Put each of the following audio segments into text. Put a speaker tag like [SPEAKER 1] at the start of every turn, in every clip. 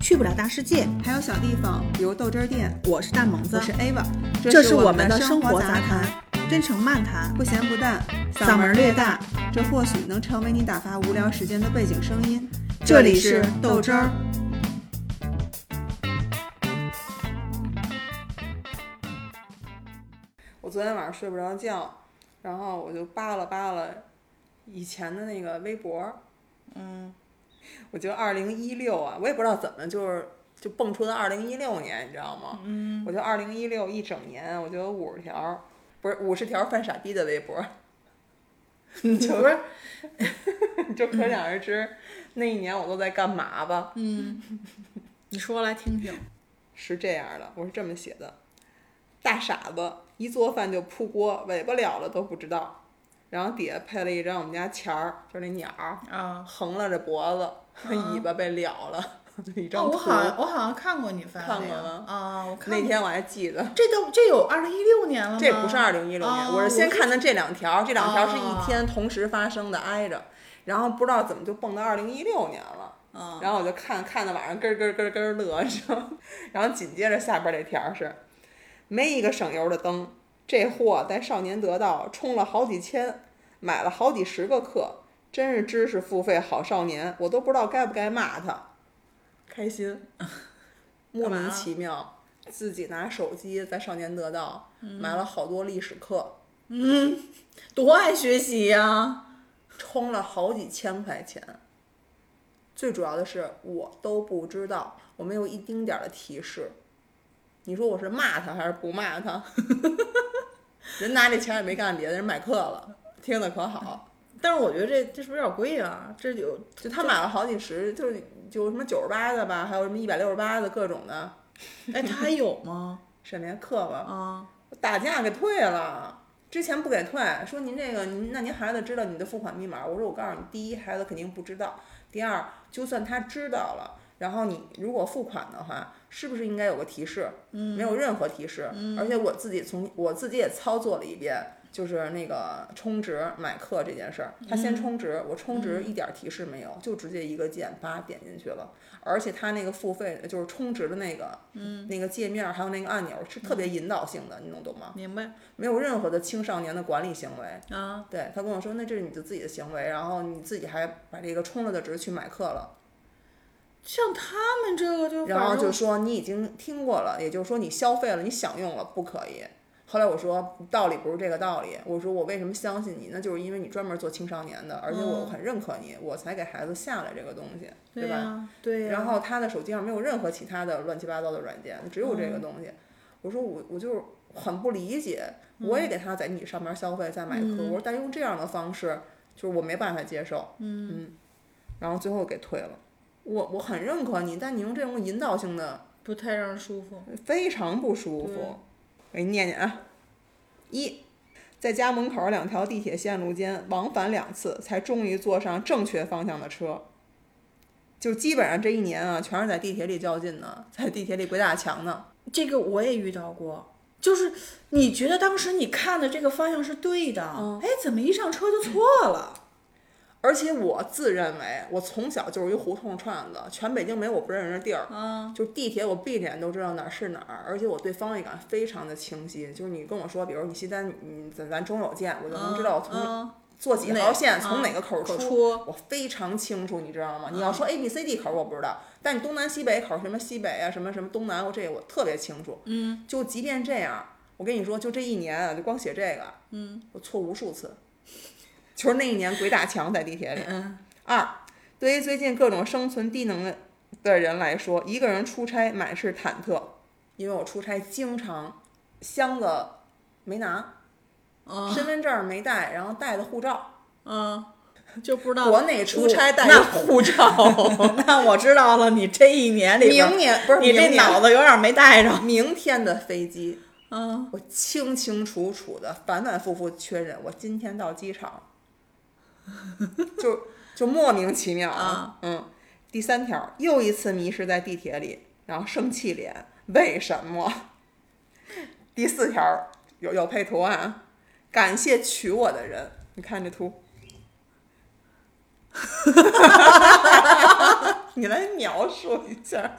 [SPEAKER 1] 去不了大世界。
[SPEAKER 2] 还有小地方，比如豆汁儿店。
[SPEAKER 1] 我是大萌子
[SPEAKER 2] 我，是 Ava，
[SPEAKER 1] 这是
[SPEAKER 2] 我
[SPEAKER 1] 我们的生活杂
[SPEAKER 2] 谈，
[SPEAKER 1] 谈，真诚漫谈，
[SPEAKER 2] 不咸不淡，
[SPEAKER 1] 嗓门略大。
[SPEAKER 2] 这或许能成为你打发无聊时间的背景声音。
[SPEAKER 1] 这里是豆汁儿。
[SPEAKER 2] 我昨天晚上睡不着觉，然后我就扒拉扒拉以前的那个微博，
[SPEAKER 3] 嗯，
[SPEAKER 2] 我觉得二零一六啊，我也不知道怎么就是就蹦出的二零一六年，你知道吗？嗯，我觉得二零一六一整年，我觉得五十条，不是五十条犯傻逼的微博，
[SPEAKER 3] 你不是，
[SPEAKER 2] 你 就可想而知、那一年我都在干嘛吧。
[SPEAKER 3] 嗯，你说来听听。
[SPEAKER 2] 是这样的，我是这么写的：大傻子一做饭就扑锅，尾巴了了都不知道。然后底下配了一张我们家钱儿，就是那鸟儿
[SPEAKER 3] 啊，
[SPEAKER 2] 横了着脖子，尾巴被了了， 一张
[SPEAKER 3] 哦，
[SPEAKER 2] 图。
[SPEAKER 3] 我好像我好像看过你发的
[SPEAKER 2] 看过
[SPEAKER 3] 呀
[SPEAKER 2] 吗
[SPEAKER 3] 啊，我看
[SPEAKER 2] 那
[SPEAKER 3] 过。
[SPEAKER 2] 天我还记得，
[SPEAKER 3] 这都这有二零一六年了吗？
[SPEAKER 2] 这不是二零一六年，
[SPEAKER 3] 哦
[SPEAKER 2] 我是先看的这两条，这两条是
[SPEAKER 3] 哦
[SPEAKER 2] 一天同时发生的，挨着，然后不知道怎么就蹦到二零一六年了。
[SPEAKER 3] 啊，
[SPEAKER 2] 然后我就看看到晚上咯咯咯咯乐，你知道吗？ 然后紧接着下边这条是，没一个省油的灯，这货在少年得道充了好几千，买了好几十个课，真是知识付费好少年，我都不知道该不该骂他。开心，莫名其妙，自己拿手机在少年得道、买了好多历史课，
[SPEAKER 3] 多爱学习呀、
[SPEAKER 2] 充了好几千块钱。最主要的是，我都不知道，我没有一丁点儿的提示。你说我是骂他还是不骂他？ 人拿这钱也没干别的，人买课了，听的可好。
[SPEAKER 3] 但是我觉得这这是不是有点贵啊？这 有
[SPEAKER 2] 就他买了好几十，就是有什么九十八的吧，还有什么一百六十八的各种的
[SPEAKER 3] 哎，他还有吗？
[SPEAKER 2] 沈联课吧，
[SPEAKER 3] 啊，
[SPEAKER 2] 打架给退了。之前不给退，说您这个，您那您孩子知道你的付款密码？我说我告诉你，第一，孩子肯定不知道；第二，就算他知道了，然后你如果付款的话，是不是应该有个提示？嗯，没有任何提示。而且我自己从我自己也操作了一遍，就是那个充值买课这件事儿，他先充值，我充值一点儿提示没有，就直接一个键叭点进去了。而且他那个付费就是充值的那个，嗯，那个界面儿还有那个按钮儿是特别引导性的，你能懂吗？
[SPEAKER 3] 明白
[SPEAKER 2] 没有任何的青少年的管理行为。
[SPEAKER 3] 啊，
[SPEAKER 2] 对他跟我说，那这是你的自己的行为，然后你自己还把这个充了的值去买课了，
[SPEAKER 3] 像他们这个就
[SPEAKER 2] 然后
[SPEAKER 3] 反正
[SPEAKER 2] 就说你已经听过了，也就是说你消费了，你享用了，不可以。后来我说道理不是这个道理，我说我为什么相信你？那就是因为你专门做青少年的，而且我很认可你，我才给孩子下了这个东西，
[SPEAKER 3] 嗯对
[SPEAKER 2] 吧？
[SPEAKER 3] 呀对呀，
[SPEAKER 2] 然后他的手机上没有任何其他的乱七八糟的软件，只有
[SPEAKER 3] 嗯
[SPEAKER 2] 这个东西。我说我我就是很不理解，我也
[SPEAKER 3] 嗯
[SPEAKER 2] 给他在你上面消费，在买课，我说但用这样的方式，就是我没办法接受。嗯然后最后给退了。我我很认可你，但你用这种引导性的
[SPEAKER 3] 不太让人舒服。
[SPEAKER 2] 非常不舒
[SPEAKER 3] 对
[SPEAKER 2] 服。我给你念念啊，一，在家门口两条地铁线路间往返两次，才终于坐上正确方向的车。就基本上这一年啊，全是在地铁里较劲呢， 在地铁里鬼打墙呢。
[SPEAKER 3] 这个我也遇到过，就是你觉得当时你看的这个方向是对的，
[SPEAKER 2] 嗯
[SPEAKER 3] 哎，怎么一上车就错 了？
[SPEAKER 2] 而且我自认为，我从小就是一胡同串子，全北京没有我不认识的地儿。
[SPEAKER 3] 啊，
[SPEAKER 2] 就地铁，我闭着眼都知道哪儿是哪儿，而且我对方位感非常的清晰。就是你跟我说，比如你西单，你咱咱中友见，我就能知道我从
[SPEAKER 3] 啊
[SPEAKER 2] 坐几
[SPEAKER 3] 哪
[SPEAKER 2] 号线，从
[SPEAKER 3] 啊
[SPEAKER 2] 哪个口
[SPEAKER 3] 口
[SPEAKER 2] 出
[SPEAKER 3] 出，
[SPEAKER 2] 我非常清楚，你知道吗？你要说 A B C D 口我不知道，但你东南西北口什么西北啊，什么什么东南，我这个我特别清楚。嗯，就即便这样，我跟你说，就这一年啊，就光写这个，嗯，我错无数次，就是那一年鬼打墙在地铁里。
[SPEAKER 3] 嗯，
[SPEAKER 2] 二，对于最近各种生存低能的人来说，一个人出差满是忐忑，因为我出差经常箱子没拿，
[SPEAKER 3] 啊
[SPEAKER 2] 身份证没带，然后带的护照。嗯
[SPEAKER 3] 啊，就不知道
[SPEAKER 2] 国内出差带
[SPEAKER 3] 那
[SPEAKER 2] 护照，
[SPEAKER 3] 那我知道了，你这一 年里边儿
[SPEAKER 2] 明年不是
[SPEAKER 3] 你这
[SPEAKER 2] 明年
[SPEAKER 3] 脑子有点没带上。
[SPEAKER 2] 明天的飞机，
[SPEAKER 3] 嗯，
[SPEAKER 2] 我清清楚楚的反反复复确认，我今天到机场，就就莫名其妙
[SPEAKER 3] 啊，
[SPEAKER 2] 嗯。第三条，又一次迷失在地铁里，然后生气脸，为什么？第四条有有配图案，感谢娶我的人，你看这图， 你来描述一下。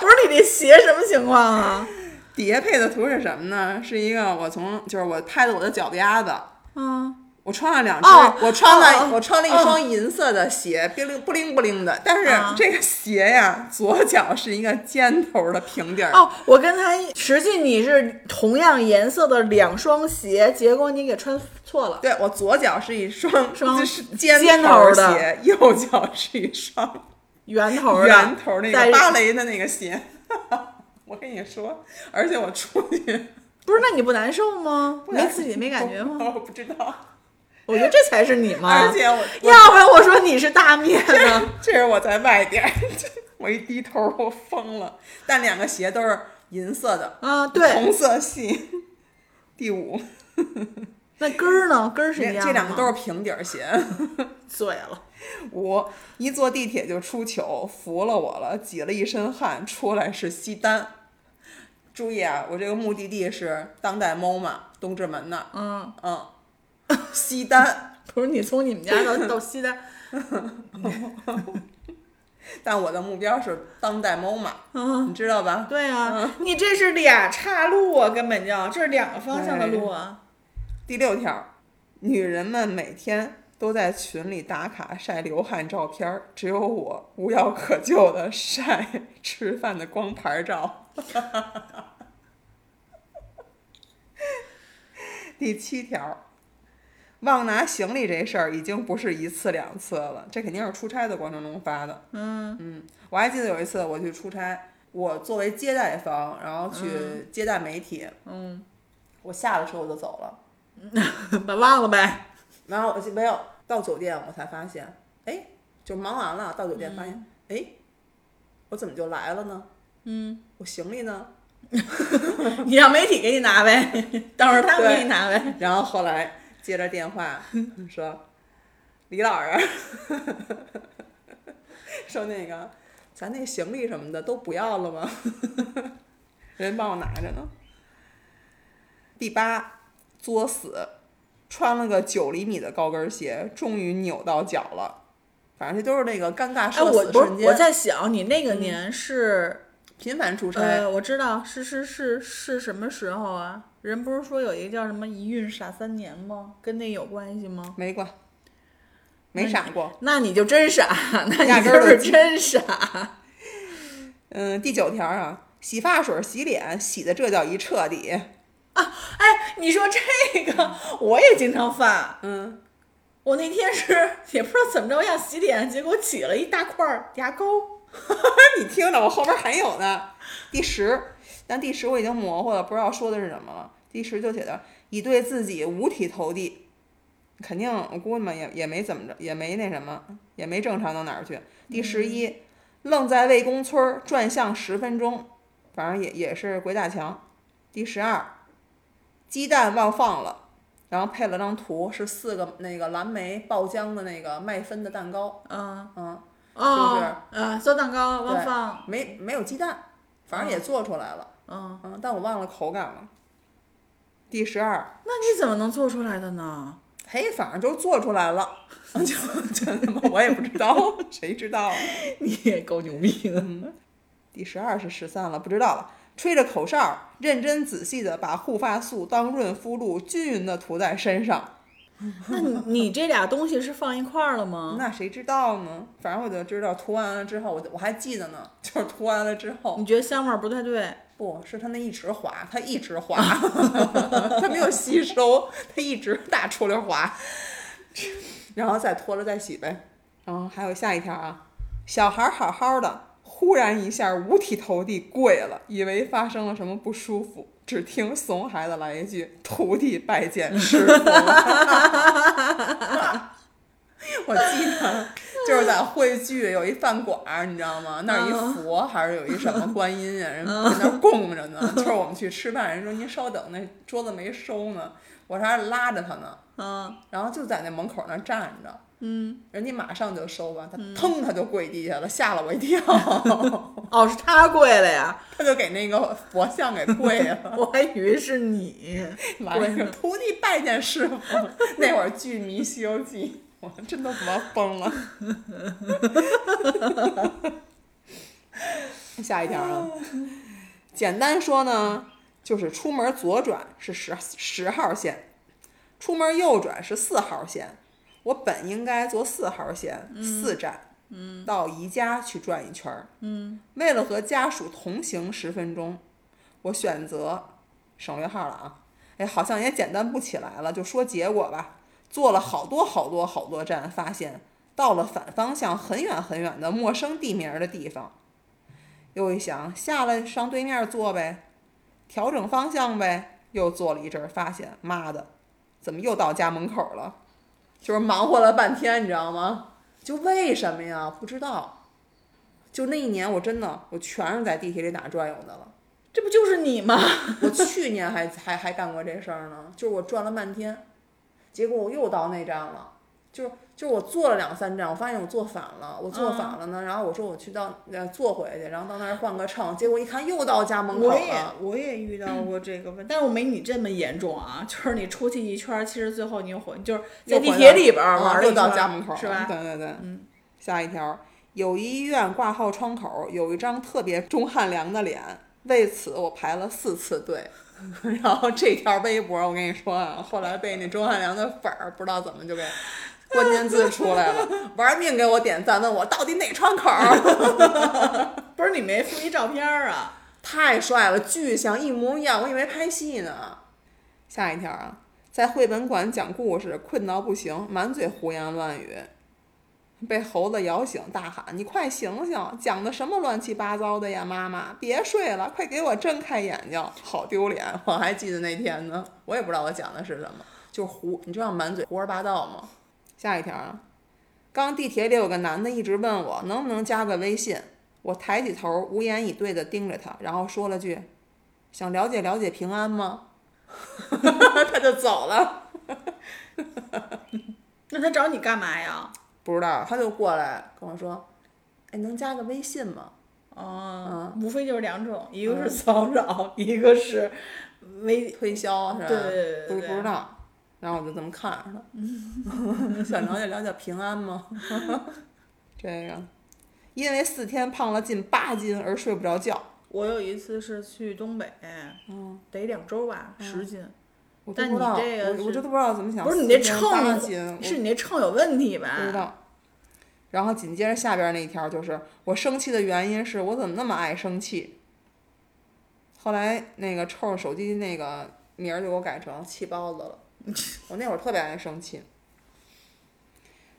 [SPEAKER 3] 不是你这鞋什么情况啊？
[SPEAKER 2] 嗯底下配的图是什么呢？是一个我从就是我拍的我的脚丫子，
[SPEAKER 3] 嗯，
[SPEAKER 2] 我穿了两只，
[SPEAKER 3] 哦
[SPEAKER 2] 我穿了、
[SPEAKER 3] 哦哦
[SPEAKER 2] 我穿了一双银色的鞋，冰灵不灵不灵的。但
[SPEAKER 3] 啊
[SPEAKER 2] 是这个鞋呀，左脚是一个尖头的平底儿，
[SPEAKER 3] 哦，我跟他一实际你是同样颜色的两双鞋，结果你给穿错了。
[SPEAKER 2] 对我左脚是一双
[SPEAKER 3] 双
[SPEAKER 2] 就是尖
[SPEAKER 3] 尖
[SPEAKER 2] 头
[SPEAKER 3] 头的
[SPEAKER 2] 鞋，右脚是一双
[SPEAKER 3] 圆头的，
[SPEAKER 2] 圆头那
[SPEAKER 3] 带
[SPEAKER 2] 个芭蕾的那个鞋。 我跟你说，而且我出去，
[SPEAKER 3] 不是，那你不难受吗？
[SPEAKER 2] 难
[SPEAKER 3] 没自己没感觉吗？
[SPEAKER 2] 我不知道，
[SPEAKER 3] 我觉得这才是你嘛。
[SPEAKER 2] 而且我我
[SPEAKER 3] 要不然我说你是大面呢。
[SPEAKER 2] 这是我在外 边儿，我一低头我疯了。但两个鞋都是银色的，
[SPEAKER 3] 啊，对，
[SPEAKER 2] 同色系。第五，
[SPEAKER 3] 那根儿呢？根儿是一样的吗。
[SPEAKER 2] 这两个都是平底儿鞋。
[SPEAKER 3] 醉了。
[SPEAKER 2] 五，一坐地铁就出糗，服了我了，挤了一身汗，出来是西单。注意啊，我这个目的地是当代 MOMA 东直门那儿，
[SPEAKER 3] 嗯，
[SPEAKER 2] 嗯，西单。
[SPEAKER 3] 不是你从你们家到到西单，
[SPEAKER 2] 但我的目标是当代 MOMA，
[SPEAKER 3] 嗯，
[SPEAKER 2] 你知道吧？
[SPEAKER 3] 对啊，
[SPEAKER 2] 嗯
[SPEAKER 3] 你这是俩岔路啊，根本就这是两个方向的路啊。
[SPEAKER 2] 第六条，女人们每天都在群里打卡晒流汗照片儿，只有我无药可救的晒吃饭的光盘照。 第七条，忘拿行李这事儿已经不是一次两次了，这肯定是出差的过程中发的。嗯嗯，我还记得有一次我去出差，我作为接待方，然后去接待媒体，
[SPEAKER 3] 嗯，
[SPEAKER 2] 我下了车我就走了。
[SPEAKER 3] 把忘了呗。
[SPEAKER 2] 然后我就没有到酒店，我才发现，哎，就忙完了到酒店发现，哎、我怎么就来了呢？
[SPEAKER 3] 嗯，
[SPEAKER 2] 我行李呢？
[SPEAKER 3] 你让媒体给你拿呗，到时候他们给你拿呗。
[SPEAKER 2] 然后后来接着电 话说，李老师， 说那个咱那行李什么的都不要了吗？ 人帮我拿着呢。第八，作死，穿了个九厘米的高跟鞋，终于扭到脚了。反正这都是那个尴尬
[SPEAKER 3] 哎，
[SPEAKER 2] 社
[SPEAKER 3] 我
[SPEAKER 2] 死
[SPEAKER 3] 不是
[SPEAKER 2] 瞬
[SPEAKER 3] 我
[SPEAKER 2] 间，
[SPEAKER 3] 在想，你那个年是、
[SPEAKER 2] 频繁出差。
[SPEAKER 3] 呃，我知道是是是是什么时候啊？人不是说有一个叫什么“一孕傻三年”吗？跟那有关系吗？
[SPEAKER 2] 没过，没傻过。
[SPEAKER 3] 那你就真傻， 那
[SPEAKER 2] 压
[SPEAKER 3] 你
[SPEAKER 2] 根儿
[SPEAKER 3] 就是
[SPEAKER 2] 就
[SPEAKER 3] 真傻。
[SPEAKER 2] 嗯，第九条啊，洗发水、洗脸洗的这叫一彻底。
[SPEAKER 3] 哎，你说这个我也经常犯。
[SPEAKER 2] 嗯，
[SPEAKER 3] 我那天是也不知道怎么着要洗脸，结果起了一大块儿牙膏。
[SPEAKER 2] 你听着，我后边还有呢。第十，但第十我已经模糊了，不知道说的是什么了。第十就写的已对自己五体投地，肯定我估计嘛也也没怎么着，也没那什么，也没正常到哪儿去。第十一，愣在魏公村儿转向十分钟，反正也也是鬼打墙。第十二，鸡蛋忘放了。然后配了张图，是四个那个蓝莓爆浆的那个麦芬的蛋糕，
[SPEAKER 3] 嗯
[SPEAKER 2] 嗯，
[SPEAKER 3] 哦，呃，做蛋糕忘放，
[SPEAKER 2] 没没有鸡蛋，反正也做出来了，
[SPEAKER 3] 嗯，
[SPEAKER 2] 嗯，但我忘了口感了。第十二，
[SPEAKER 3] 那你怎么能做出来的呢？
[SPEAKER 2] 嘿，反正就做出来了， 就就他妈我也不知道， 谁知道啊？
[SPEAKER 3] 你也够牛逼 的。
[SPEAKER 2] 第十二是十三了，不知道了。吹着口哨，认真仔细的把护发素当润肤露均匀的涂在身上，
[SPEAKER 3] 那你你这俩东西是放一块儿了吗？
[SPEAKER 2] 那谁知道呢？反正我就知道，涂完了之后，我就我还记得呢，就是涂完了之后，
[SPEAKER 3] 你觉得香味儿不太对？
[SPEAKER 2] 不是它那一直滑，它一直滑，它没有吸收，它一直大出溜滑，然后再拖着再洗呗。然后还有下一条啊，小孩好好的，忽然一下五体投地跪了，以为发生了什么不舒服，只听怂孩子来一句：“徒弟拜见师傅。”我记得就是在汇聚有一饭馆儿，你知道吗？那儿有一佛还是有一什么观音呀、人在那儿供着呢。就是我们去吃饭，人说您稍等，那桌子没收呢，我这还拉着他呢，
[SPEAKER 3] 嗯
[SPEAKER 2] 然后就在那门口那儿站着。
[SPEAKER 3] 嗯，
[SPEAKER 2] 人家马上就收吧，他腾他就跪地下了，吓了我一跳，
[SPEAKER 3] 哦，是他跪了呀，
[SPEAKER 2] 他就给那个佛像给跪了，
[SPEAKER 3] 我还以为是你。
[SPEAKER 2] 完了徒弟拜见师傅。那会儿巨迷《西游记》，我真的他妈疯了。下一条啊， 简单说呢，就是出门左转是十十号线，出门右转是四号线。我本应该坐四号线四站，嗯，到宜家去转一圈儿，嗯，为了和家属同行十分钟，我选择省略号了啊，哎，好像也简单不起来了，就说结果吧。坐了好多好多好多站，发现到了反方向很远很远的陌生地名儿的地方，又一想，下来上对面坐呗，调整方向呗，又坐了一阵儿，发现妈的，怎么又到家门口了？就是忙活了半天，你知道吗？就为什么呀？不知道。就那一年，我真的我全是在地铁里打转悠的了。
[SPEAKER 3] 这不就是你吗？
[SPEAKER 2] 我去年还还还干过这事儿呢，就是我转了半天，结果我又到那站了，就是就是我坐了两三站，我发现我坐反了，我坐
[SPEAKER 3] 嗯
[SPEAKER 2] 反了呢，然后我说我去到呃坐回去，然后到那儿换个乘，结果一看又到家门口
[SPEAKER 3] 我也
[SPEAKER 2] 了，
[SPEAKER 3] 我也遇到过这个问题，但是我没你这么严重啊。 就是你出去一圈儿，其实最后你又回，就是在
[SPEAKER 2] 又
[SPEAKER 3] 地
[SPEAKER 2] 回
[SPEAKER 3] 铁
[SPEAKER 2] 来
[SPEAKER 3] 里边儿玩
[SPEAKER 2] 啊
[SPEAKER 3] 儿了
[SPEAKER 2] 又
[SPEAKER 3] 一
[SPEAKER 2] 到
[SPEAKER 3] 圈
[SPEAKER 2] 家
[SPEAKER 3] 儿
[SPEAKER 2] 门口
[SPEAKER 3] 是
[SPEAKER 2] 了
[SPEAKER 3] 吧？
[SPEAKER 2] 对对对，嗯。下一条，友谊医院挂号窗口有一张特别钟汉良的脸，为此我排了四次队。 然后这条微博，我跟你说啊，后来被那钟汉良的粉儿不知道怎么就给关键字出来了，玩命给我点赞，问我到底哪窗口儿。
[SPEAKER 3] 不是你没附一照片儿啊？
[SPEAKER 2] 太帅了，巨像，一模一样，我以为拍戏呢。下一条啊，在绘本馆讲故事，困到不行，满嘴胡言乱语，被猴子摇醒，大喊：“你快醒醒，讲的什么乱七八糟的呀？妈妈，别睡了，快给我睁开眼睛！”好丢脸，我还记得那天呢，我也不知道我讲的是什么，就是胡，你知道满嘴胡说八道吗？下一条啊，刚地铁里有个男的一直问我能不能加个微信，我抬起头无言以对地盯着他，然后说了句：“想了解了解平安吗？” 他就走了，
[SPEAKER 3] 那他找你干嘛呀？
[SPEAKER 2] 不知道，他就过来跟我说：“哎，能加个微信吗
[SPEAKER 3] 哦，无非就是两种，一个是骚扰，一个是微？”
[SPEAKER 2] 推销是吧？
[SPEAKER 3] 对对对
[SPEAKER 2] 不
[SPEAKER 3] 对
[SPEAKER 2] 是不知道。然后我就这么看着他， 想了解了解平安吗？ 这个，因为四天胖了近八斤而睡不着觉，
[SPEAKER 3] 我有一次是去东北，
[SPEAKER 2] 嗯，
[SPEAKER 3] 得两周吧，十斤。
[SPEAKER 2] 我都
[SPEAKER 3] 但
[SPEAKER 2] 不知道，
[SPEAKER 3] 你这个
[SPEAKER 2] 我我
[SPEAKER 3] 是
[SPEAKER 2] 这都不知道怎么想。
[SPEAKER 3] 不是你这
[SPEAKER 2] 四天八
[SPEAKER 3] 秤啊
[SPEAKER 2] 斤，
[SPEAKER 3] 是你这秤有问题吧？
[SPEAKER 2] 不知道。然后紧接着下边那一条就是我生气的原因是我怎么那么爱生气。后来那个臭手机那个名儿就给我改成气包子 了，我那会儿特别爱生气。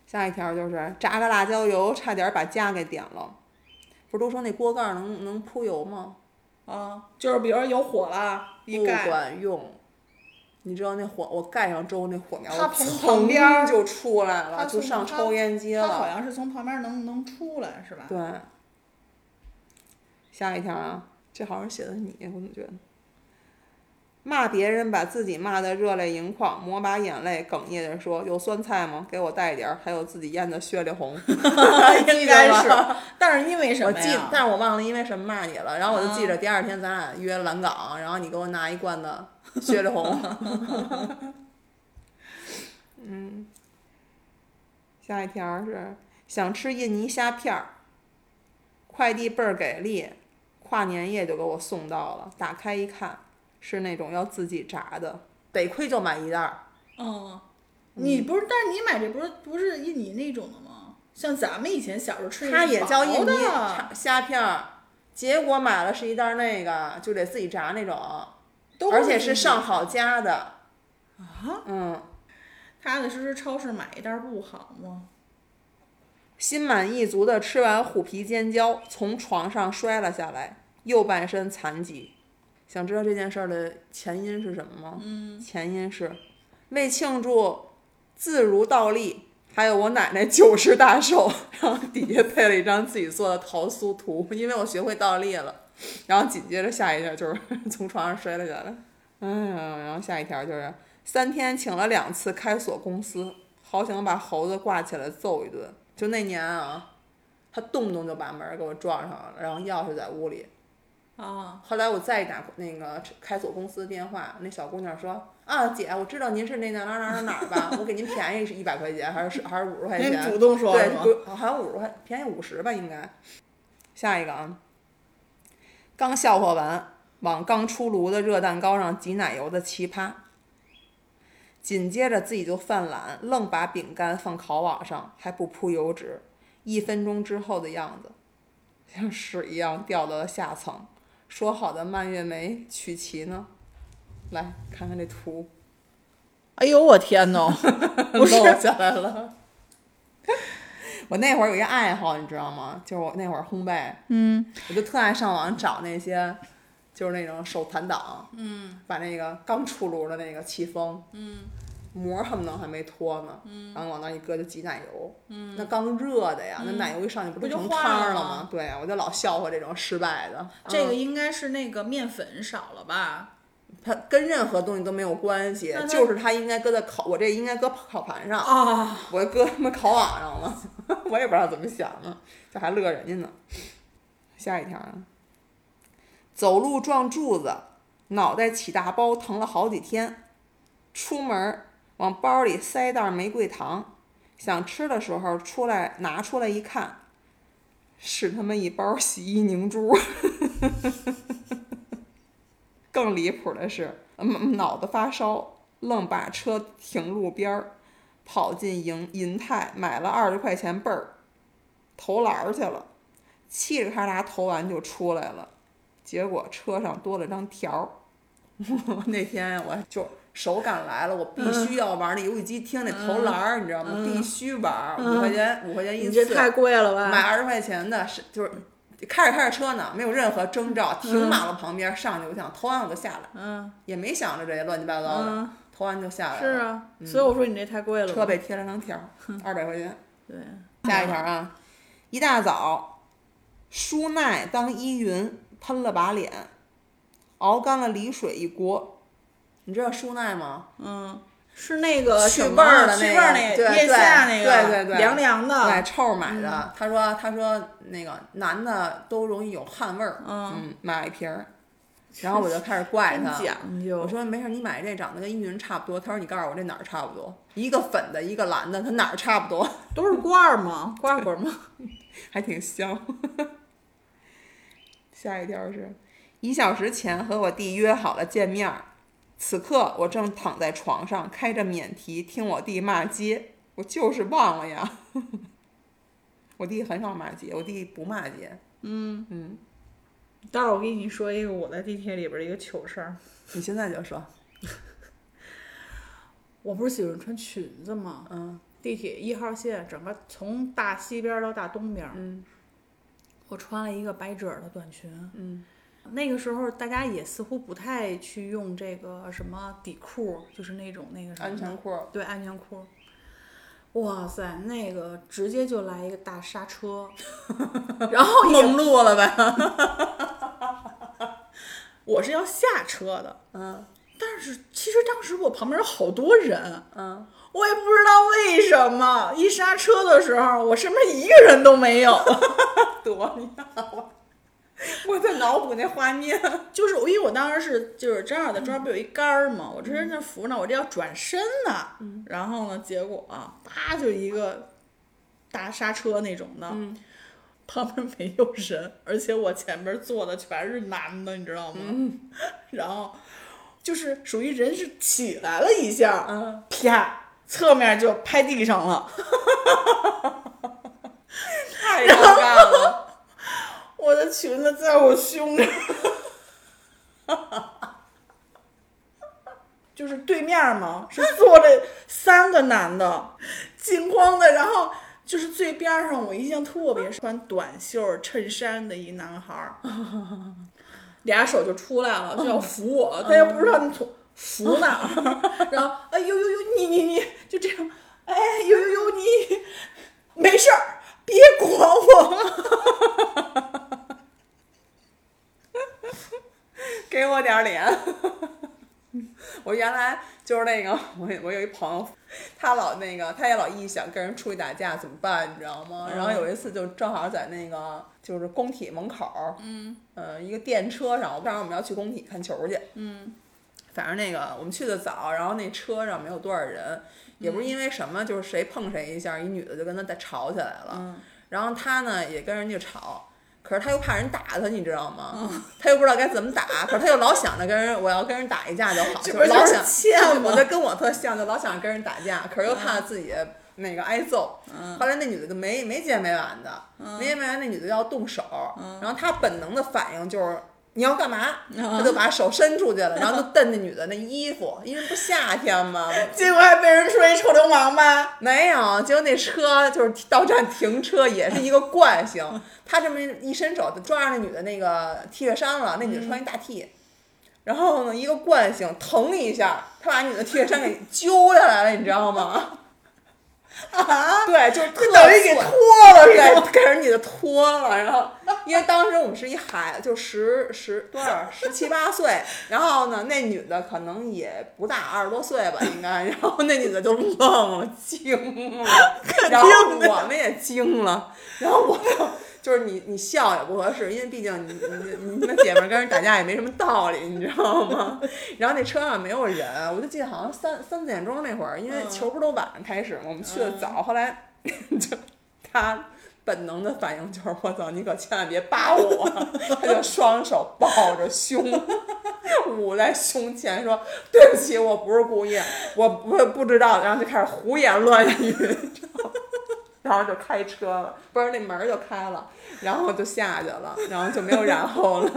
[SPEAKER 2] 下一条就是炸个辣椒油，差点把家给点了。不是都说那锅盖儿能能铺油吗？
[SPEAKER 3] 啊，就是比如说有火了，一
[SPEAKER 2] 不
[SPEAKER 3] 盖，
[SPEAKER 2] 管用。你知道那火，我盖上之后那火苗
[SPEAKER 3] 它
[SPEAKER 2] 儿
[SPEAKER 3] 从
[SPEAKER 2] 噌
[SPEAKER 3] 旁边儿
[SPEAKER 2] 就出来了，
[SPEAKER 3] 它
[SPEAKER 2] 就
[SPEAKER 3] 从
[SPEAKER 2] 上
[SPEAKER 3] 它
[SPEAKER 2] 抽烟机
[SPEAKER 3] 它
[SPEAKER 2] 了。
[SPEAKER 3] 好像是从旁边能能出来是吧？
[SPEAKER 2] 对，下一条啊，这好像写的是你，我怎么觉得？骂别人把自己骂得热泪盈眶，抹把眼泪，哽咽着说：“有酸菜吗？给我带一点儿。”还有自己腌的血里红，
[SPEAKER 3] 应该
[SPEAKER 2] 记
[SPEAKER 3] 是
[SPEAKER 2] 得吧，
[SPEAKER 3] 但是因为什
[SPEAKER 2] 我
[SPEAKER 3] 么
[SPEAKER 2] 记
[SPEAKER 3] 呀，？
[SPEAKER 2] 但是我忘了因为什么骂你了。然后我就记着第二天咱俩约蓝港，然后你给我拿一罐子雪里红。 嗯，下一条是想吃印尼虾片儿，快递倍儿给力，跨年夜就给我送到了。打开一看，是那种要自己炸的，得亏就买一袋儿。
[SPEAKER 3] 嗯，你不是，但是你买这不是不是印尼那种的吗？像咱们以前小时候吃的
[SPEAKER 2] 它也叫
[SPEAKER 3] 薄
[SPEAKER 2] 印尼
[SPEAKER 3] 的，
[SPEAKER 2] 虾片儿，结果买了是一袋儿那个，就得自己炸那种。
[SPEAKER 3] 都
[SPEAKER 2] 而
[SPEAKER 3] 是
[SPEAKER 2] 且
[SPEAKER 3] 印
[SPEAKER 2] 是
[SPEAKER 3] 尼
[SPEAKER 2] 上好佳的。嗯，
[SPEAKER 3] 踏踏实实超市买一袋儿不好吗？
[SPEAKER 2] 心满意足的吃完虎皮尖椒，从床上摔了下来，右半身残疾。想知道这件事儿的前因是什么吗？嗯，前因是为庆祝自如倒立，还有我奶奶九十大寿，然后底下配了一张自己做的桃酥图，因为我学会倒立了。然后紧接着下一条就是 从床上摔了下来，嗯，然后下一条就是三天请了两次开锁公司，好想把猴子挂起来揍一顿。就那年啊，他动不动就把门给我撞上了，然后钥匙在屋里。
[SPEAKER 3] 啊，
[SPEAKER 2] 后来我再打那个开锁公司电话，那小姑娘说：“啊，姐，我知道您是那哪哪哪哪哪儿吧？我给您便宜是一百块钱，还是还是五十块钱？”
[SPEAKER 3] 那主动说
[SPEAKER 2] 对
[SPEAKER 3] 是吗？，
[SPEAKER 2] 不好像五十块，便宜五十吧，应该。下一个啊，刚笑话完，往刚出炉的热蛋糕上挤奶油的奇葩。紧接着自己就犯懒，愣把饼干放烤网上，还不铺油纸。一分钟之后的样子，像屎一样掉到了下层。说好的蔓越莓曲奇呢？来看看这图，
[SPEAKER 3] 哎呦我天 呐， 不是
[SPEAKER 2] 漏下来了。我那会儿有一个爱好，你知道吗？就是我那会儿烘焙，
[SPEAKER 1] 嗯，
[SPEAKER 2] 我就特爱上网找那些，就是那种手弹挡，嗯，把那个刚出炉的那个戚风，嗯，膜儿恨不得还没脱呢，嗯，然后往那一搁就挤奶油，嗯，那刚热的呀，那奶油一上去不
[SPEAKER 3] 不就
[SPEAKER 2] 成
[SPEAKER 3] 化
[SPEAKER 2] 汤儿
[SPEAKER 3] 了
[SPEAKER 2] 了
[SPEAKER 3] 吗
[SPEAKER 2] 吗？对啊呀，我就老笑话这种失败的，
[SPEAKER 3] 这
[SPEAKER 2] 嗯
[SPEAKER 3] 个应该是那个面粉少了吧？
[SPEAKER 2] 它跟任何东西都没有关系
[SPEAKER 3] 那，它
[SPEAKER 2] 就是它应该搁在烤，我这应该搁烤盘上，
[SPEAKER 3] 啊，
[SPEAKER 2] 我搁他妈烤网上了， 我也不知道怎么想的，这还乐人家呢。下一条啊，走路撞柱子，脑袋起大包，疼了好几天。出门儿往包里塞袋玫瑰糖，想吃的时候出来拿出来一看，是他妈一包洗衣凝珠。更离谱的是，嗯脑子发烧，愣把车停路边儿，跑进银银泰买了二十块钱倍儿，投篮儿去了，嘁哩喀喳投完就出来了，结果车上多了张条儿。 那天我就手感来了，我必
[SPEAKER 3] 嗯
[SPEAKER 2] 须要玩那游戏机厅那投篮儿，你知道吗？必须玩儿，五块钱五块钱
[SPEAKER 3] 嗯
[SPEAKER 2] 一
[SPEAKER 3] 你
[SPEAKER 2] 次。
[SPEAKER 3] 这太贵了
[SPEAKER 2] 买
[SPEAKER 3] 吧？
[SPEAKER 2] 二十块钱的是就是开着开着车呢，没有任何征兆，停马路旁边上去，我想投完我就下来，
[SPEAKER 3] 嗯
[SPEAKER 2] 也没想着这些乱七八糟的，
[SPEAKER 3] 嗯，
[SPEAKER 2] 投完就下来
[SPEAKER 3] 是
[SPEAKER 2] 了，
[SPEAKER 3] 啊，所以我说你这太贵了吧。
[SPEAKER 2] 车被贴了张条，二百块钱。
[SPEAKER 3] 对，
[SPEAKER 2] 下一条啊，一大早，舒奈当依云喷了把脸，熬干了梨水一锅。你知道舒奈吗？
[SPEAKER 3] 嗯，是那个
[SPEAKER 2] 去
[SPEAKER 3] 什么
[SPEAKER 2] 味儿的
[SPEAKER 3] 去
[SPEAKER 2] 那
[SPEAKER 3] 味儿
[SPEAKER 2] 个
[SPEAKER 3] 那
[SPEAKER 2] 对
[SPEAKER 3] 腋下那
[SPEAKER 2] 对
[SPEAKER 3] 个，
[SPEAKER 2] 对对对
[SPEAKER 3] 凉凉
[SPEAKER 2] 对，
[SPEAKER 3] 的，
[SPEAKER 2] 臭儿买
[SPEAKER 3] 嗯
[SPEAKER 2] 的。他说，他说那个男的都容易有汗味儿，
[SPEAKER 3] 嗯，
[SPEAKER 2] 嗯，买了一瓶儿，然后我就开始怪
[SPEAKER 3] 真
[SPEAKER 2] 他，
[SPEAKER 3] 讲
[SPEAKER 2] 我
[SPEAKER 3] 究。
[SPEAKER 2] 说没事儿，你买这长得跟依云差不多。他说你告诉我这哪儿差不多？一个粉的，一个蓝的，它哪儿差不多？
[SPEAKER 3] 都是罐儿吗？罐罐吗？
[SPEAKER 2] 还挺香。 下一条是，一小时前和我弟约好了见面儿，此刻我正躺在床上开着免提听我弟骂街，我就是忘了呀。 我弟很少骂街，我弟不骂街。嗯嗯，
[SPEAKER 3] 待会儿我跟你说一个我在地铁里边儿的一个糗事儿。
[SPEAKER 2] 你现在就说，
[SPEAKER 3] 我不是喜欢穿裙子吗？
[SPEAKER 2] 嗯
[SPEAKER 3] 地铁一号线整个从大西边儿到大东边儿，
[SPEAKER 2] 嗯
[SPEAKER 3] 我穿了一个百褶儿的短裙。
[SPEAKER 2] 嗯
[SPEAKER 3] 那个时候大家也似乎不太去用这个什么底裤，就是那种那个什么
[SPEAKER 2] 安全裤儿，
[SPEAKER 3] 对安全裤。哇塞，那个直接就来一个大刹 车，然后也
[SPEAKER 2] 梦露了呗。
[SPEAKER 3] 我是要下车的，
[SPEAKER 2] 嗯
[SPEAKER 3] 但是其实当时我旁边有好多人，
[SPEAKER 2] 嗯。
[SPEAKER 3] 我也不知道为什么一刹车的时候，我身边一个人都没有，
[SPEAKER 2] 多你知道吗？ 我在脑补那画面。
[SPEAKER 3] 就是我因为我当时是就是正好在中间
[SPEAKER 2] 嗯
[SPEAKER 3] 不有一杆儿嘛，我这人在扶呢，我这要转身呢，
[SPEAKER 2] 嗯
[SPEAKER 3] 然后呢，结果啊，啪就一个大刹车那种的，
[SPEAKER 2] 嗯
[SPEAKER 3] 旁边没有人，而且我前边坐的全是男的，你知道吗？
[SPEAKER 2] 嗯
[SPEAKER 3] 然后就是属于人是起来了一下，
[SPEAKER 2] 嗯，
[SPEAKER 3] 啪，侧面就拍地上了。
[SPEAKER 2] 太尴尬了。
[SPEAKER 3] 我的裙子在我胸上， 就是对面嘛，是坐着三个男的，惊慌的，然后就是最边上我印象特别深穿短袖衬衫的一男孩儿， 俩手就出来了，就要扶我，他又不知道你从 扶哪儿， 然后哎呦呦呦，你你你就这样，哎呦呦呦你，没事儿，别管我。
[SPEAKER 2] 给我点脸。 我原来就是那个，我有我有一朋友，他老那个，他也老臆想跟人出去打架怎么办，你知道吗？然后有一次就正好在那个就是工体门口，嗯，呃，一个电车上，我当时我们要去工体看球去，嗯，反正那个我们去的早，然后那车上没有多少人，也不是因为什么，就是嗯谁碰谁一下，一女的就跟他在吵起来了，然后他呢也跟人家吵，可是他又怕人打他，你知道吗？
[SPEAKER 3] 嗯
[SPEAKER 2] 他又不知道该怎么打，可是他又老想着跟人，我要跟人打一架就好，
[SPEAKER 3] 这
[SPEAKER 2] 就
[SPEAKER 3] 不是
[SPEAKER 2] 老
[SPEAKER 3] 就是
[SPEAKER 2] 想
[SPEAKER 3] 欠
[SPEAKER 2] 我
[SPEAKER 3] 吗嗯
[SPEAKER 2] 觉得跟我特像，就老想着跟人打架，可是又怕自己那个挨揍。后来那女的就没没结没完的，
[SPEAKER 3] 嗯
[SPEAKER 2] 没结没完，那女的要动手，然后她本能的反应就是。你要干嘛？
[SPEAKER 3] 嗯
[SPEAKER 2] 她就把手伸出去了，然后就蹬那女的那衣服，因为不夏 天嘛，
[SPEAKER 3] 结果还被人说一臭流氓吧？
[SPEAKER 2] 没有，结果那车就是到站停车，也是一个惯性。他这么一伸手就抓着那女的那个 T 恤衫了，那女的穿一大 T，、然后呢一个惯性腾一下，他把女的 T 恤衫给揪下来了，你知道吗？
[SPEAKER 3] 啊，
[SPEAKER 2] 对，就是特
[SPEAKER 3] 这等于给
[SPEAKER 2] 损
[SPEAKER 3] 脱 了是吧？
[SPEAKER 2] 对，给人女的脱了，然后因为当时我们是一孩，就十十多少十七八岁，然后呢，那女的可能也不大，二十多岁吧，应该，然后那女的就愣了，惊了，然后我们也惊了，然后我就就是你你笑也不合适，因为毕竟你你你们姐们儿跟人打架也没什么道理，你知道吗？ 然后那车上没有人，我就记得好像三三四点钟那会儿，因为球不是都晚上开始嘛，我们去的早，后来就 他本能的反应就是我操，你可千万别扒我，他就双手抱着胸，捂在胸前说对不起，我不是故意，我不不知道，然后就开始胡言乱语，你知道吗然后就开车了，不是那门儿就开了，然后就下去了，然后就没有然后了。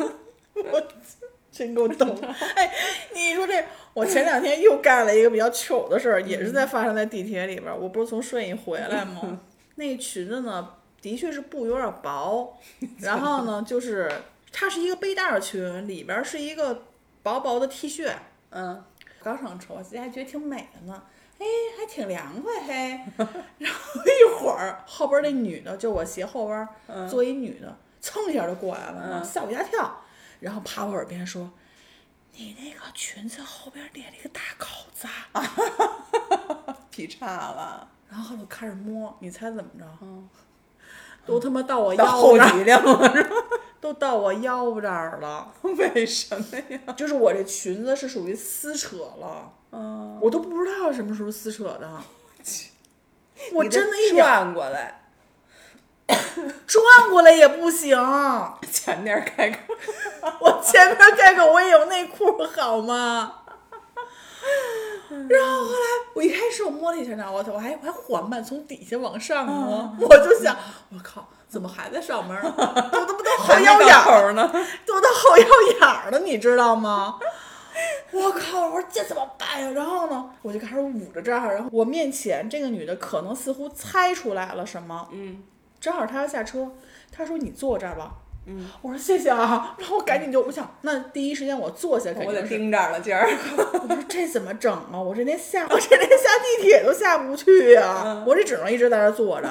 [SPEAKER 3] 真够逗！ 哎，你说这，我前两天又干了一个比较糗的事
[SPEAKER 2] 嗯
[SPEAKER 3] 儿，也是在发生在地铁里边儿。我不是从顺义回来
[SPEAKER 2] 嗯
[SPEAKER 3] 吗？ 那裙子呢，的确是布有点薄， 然后呢，就是它是一个背带儿裙，里边儿是一个薄薄的 T 恤。
[SPEAKER 2] 嗯，
[SPEAKER 3] 刚上车，我自己还觉得挺美的呢，哎，还挺凉快嘿。 然后一会儿后边那女的，就我斜后边儿坐一女的，蹭一下就过来了，
[SPEAKER 2] 嗯
[SPEAKER 3] 吓我一大跳，然后趴我耳边说：“你那个裙子后边裂了一个大口子啊。
[SPEAKER 2] 劈叉了，
[SPEAKER 3] 然后我开始摸，你猜怎么着？
[SPEAKER 2] 嗯
[SPEAKER 3] 都他妈到我
[SPEAKER 2] 到
[SPEAKER 3] 腰
[SPEAKER 2] 后
[SPEAKER 3] 这儿，
[SPEAKER 2] 脊梁了，是吧
[SPEAKER 3] 都到我腰这儿了。
[SPEAKER 2] 为什么呀？
[SPEAKER 3] 就是我这裙子是属于撕扯了，
[SPEAKER 2] 嗯，
[SPEAKER 3] 我都不知道什么时候撕扯的。我
[SPEAKER 2] 你得
[SPEAKER 3] 真的一点
[SPEAKER 2] 转过来，
[SPEAKER 3] 转过来也不行，
[SPEAKER 2] 前面开口。
[SPEAKER 3] 我前面盖口我也有内裤好吗？然后后来我一开始我摸了一下呢，我我还我还缓慢从底下往上摸，我就想，我靠，怎么还在上面呢？都他妈都后腰眼儿，
[SPEAKER 2] 头呢？
[SPEAKER 3] 都到后腰眼儿了，你知道 吗？我靠！我说这怎么办呀？然后呢，我就开始捂着这儿，然后我面前这个女的可能似乎猜出来了什么，
[SPEAKER 2] 嗯，
[SPEAKER 3] 正好他要下车，他说你坐这儿吧。嗯，我说谢谢啊，然后我赶紧就我想，那第一时间我坐下肯
[SPEAKER 2] 我得
[SPEAKER 3] 定是。
[SPEAKER 2] 盯这儿了，今儿。
[SPEAKER 3] 我说这怎么整啊？我这连下，我这连下地铁都下不去呀、我这只能一直在这儿坐着。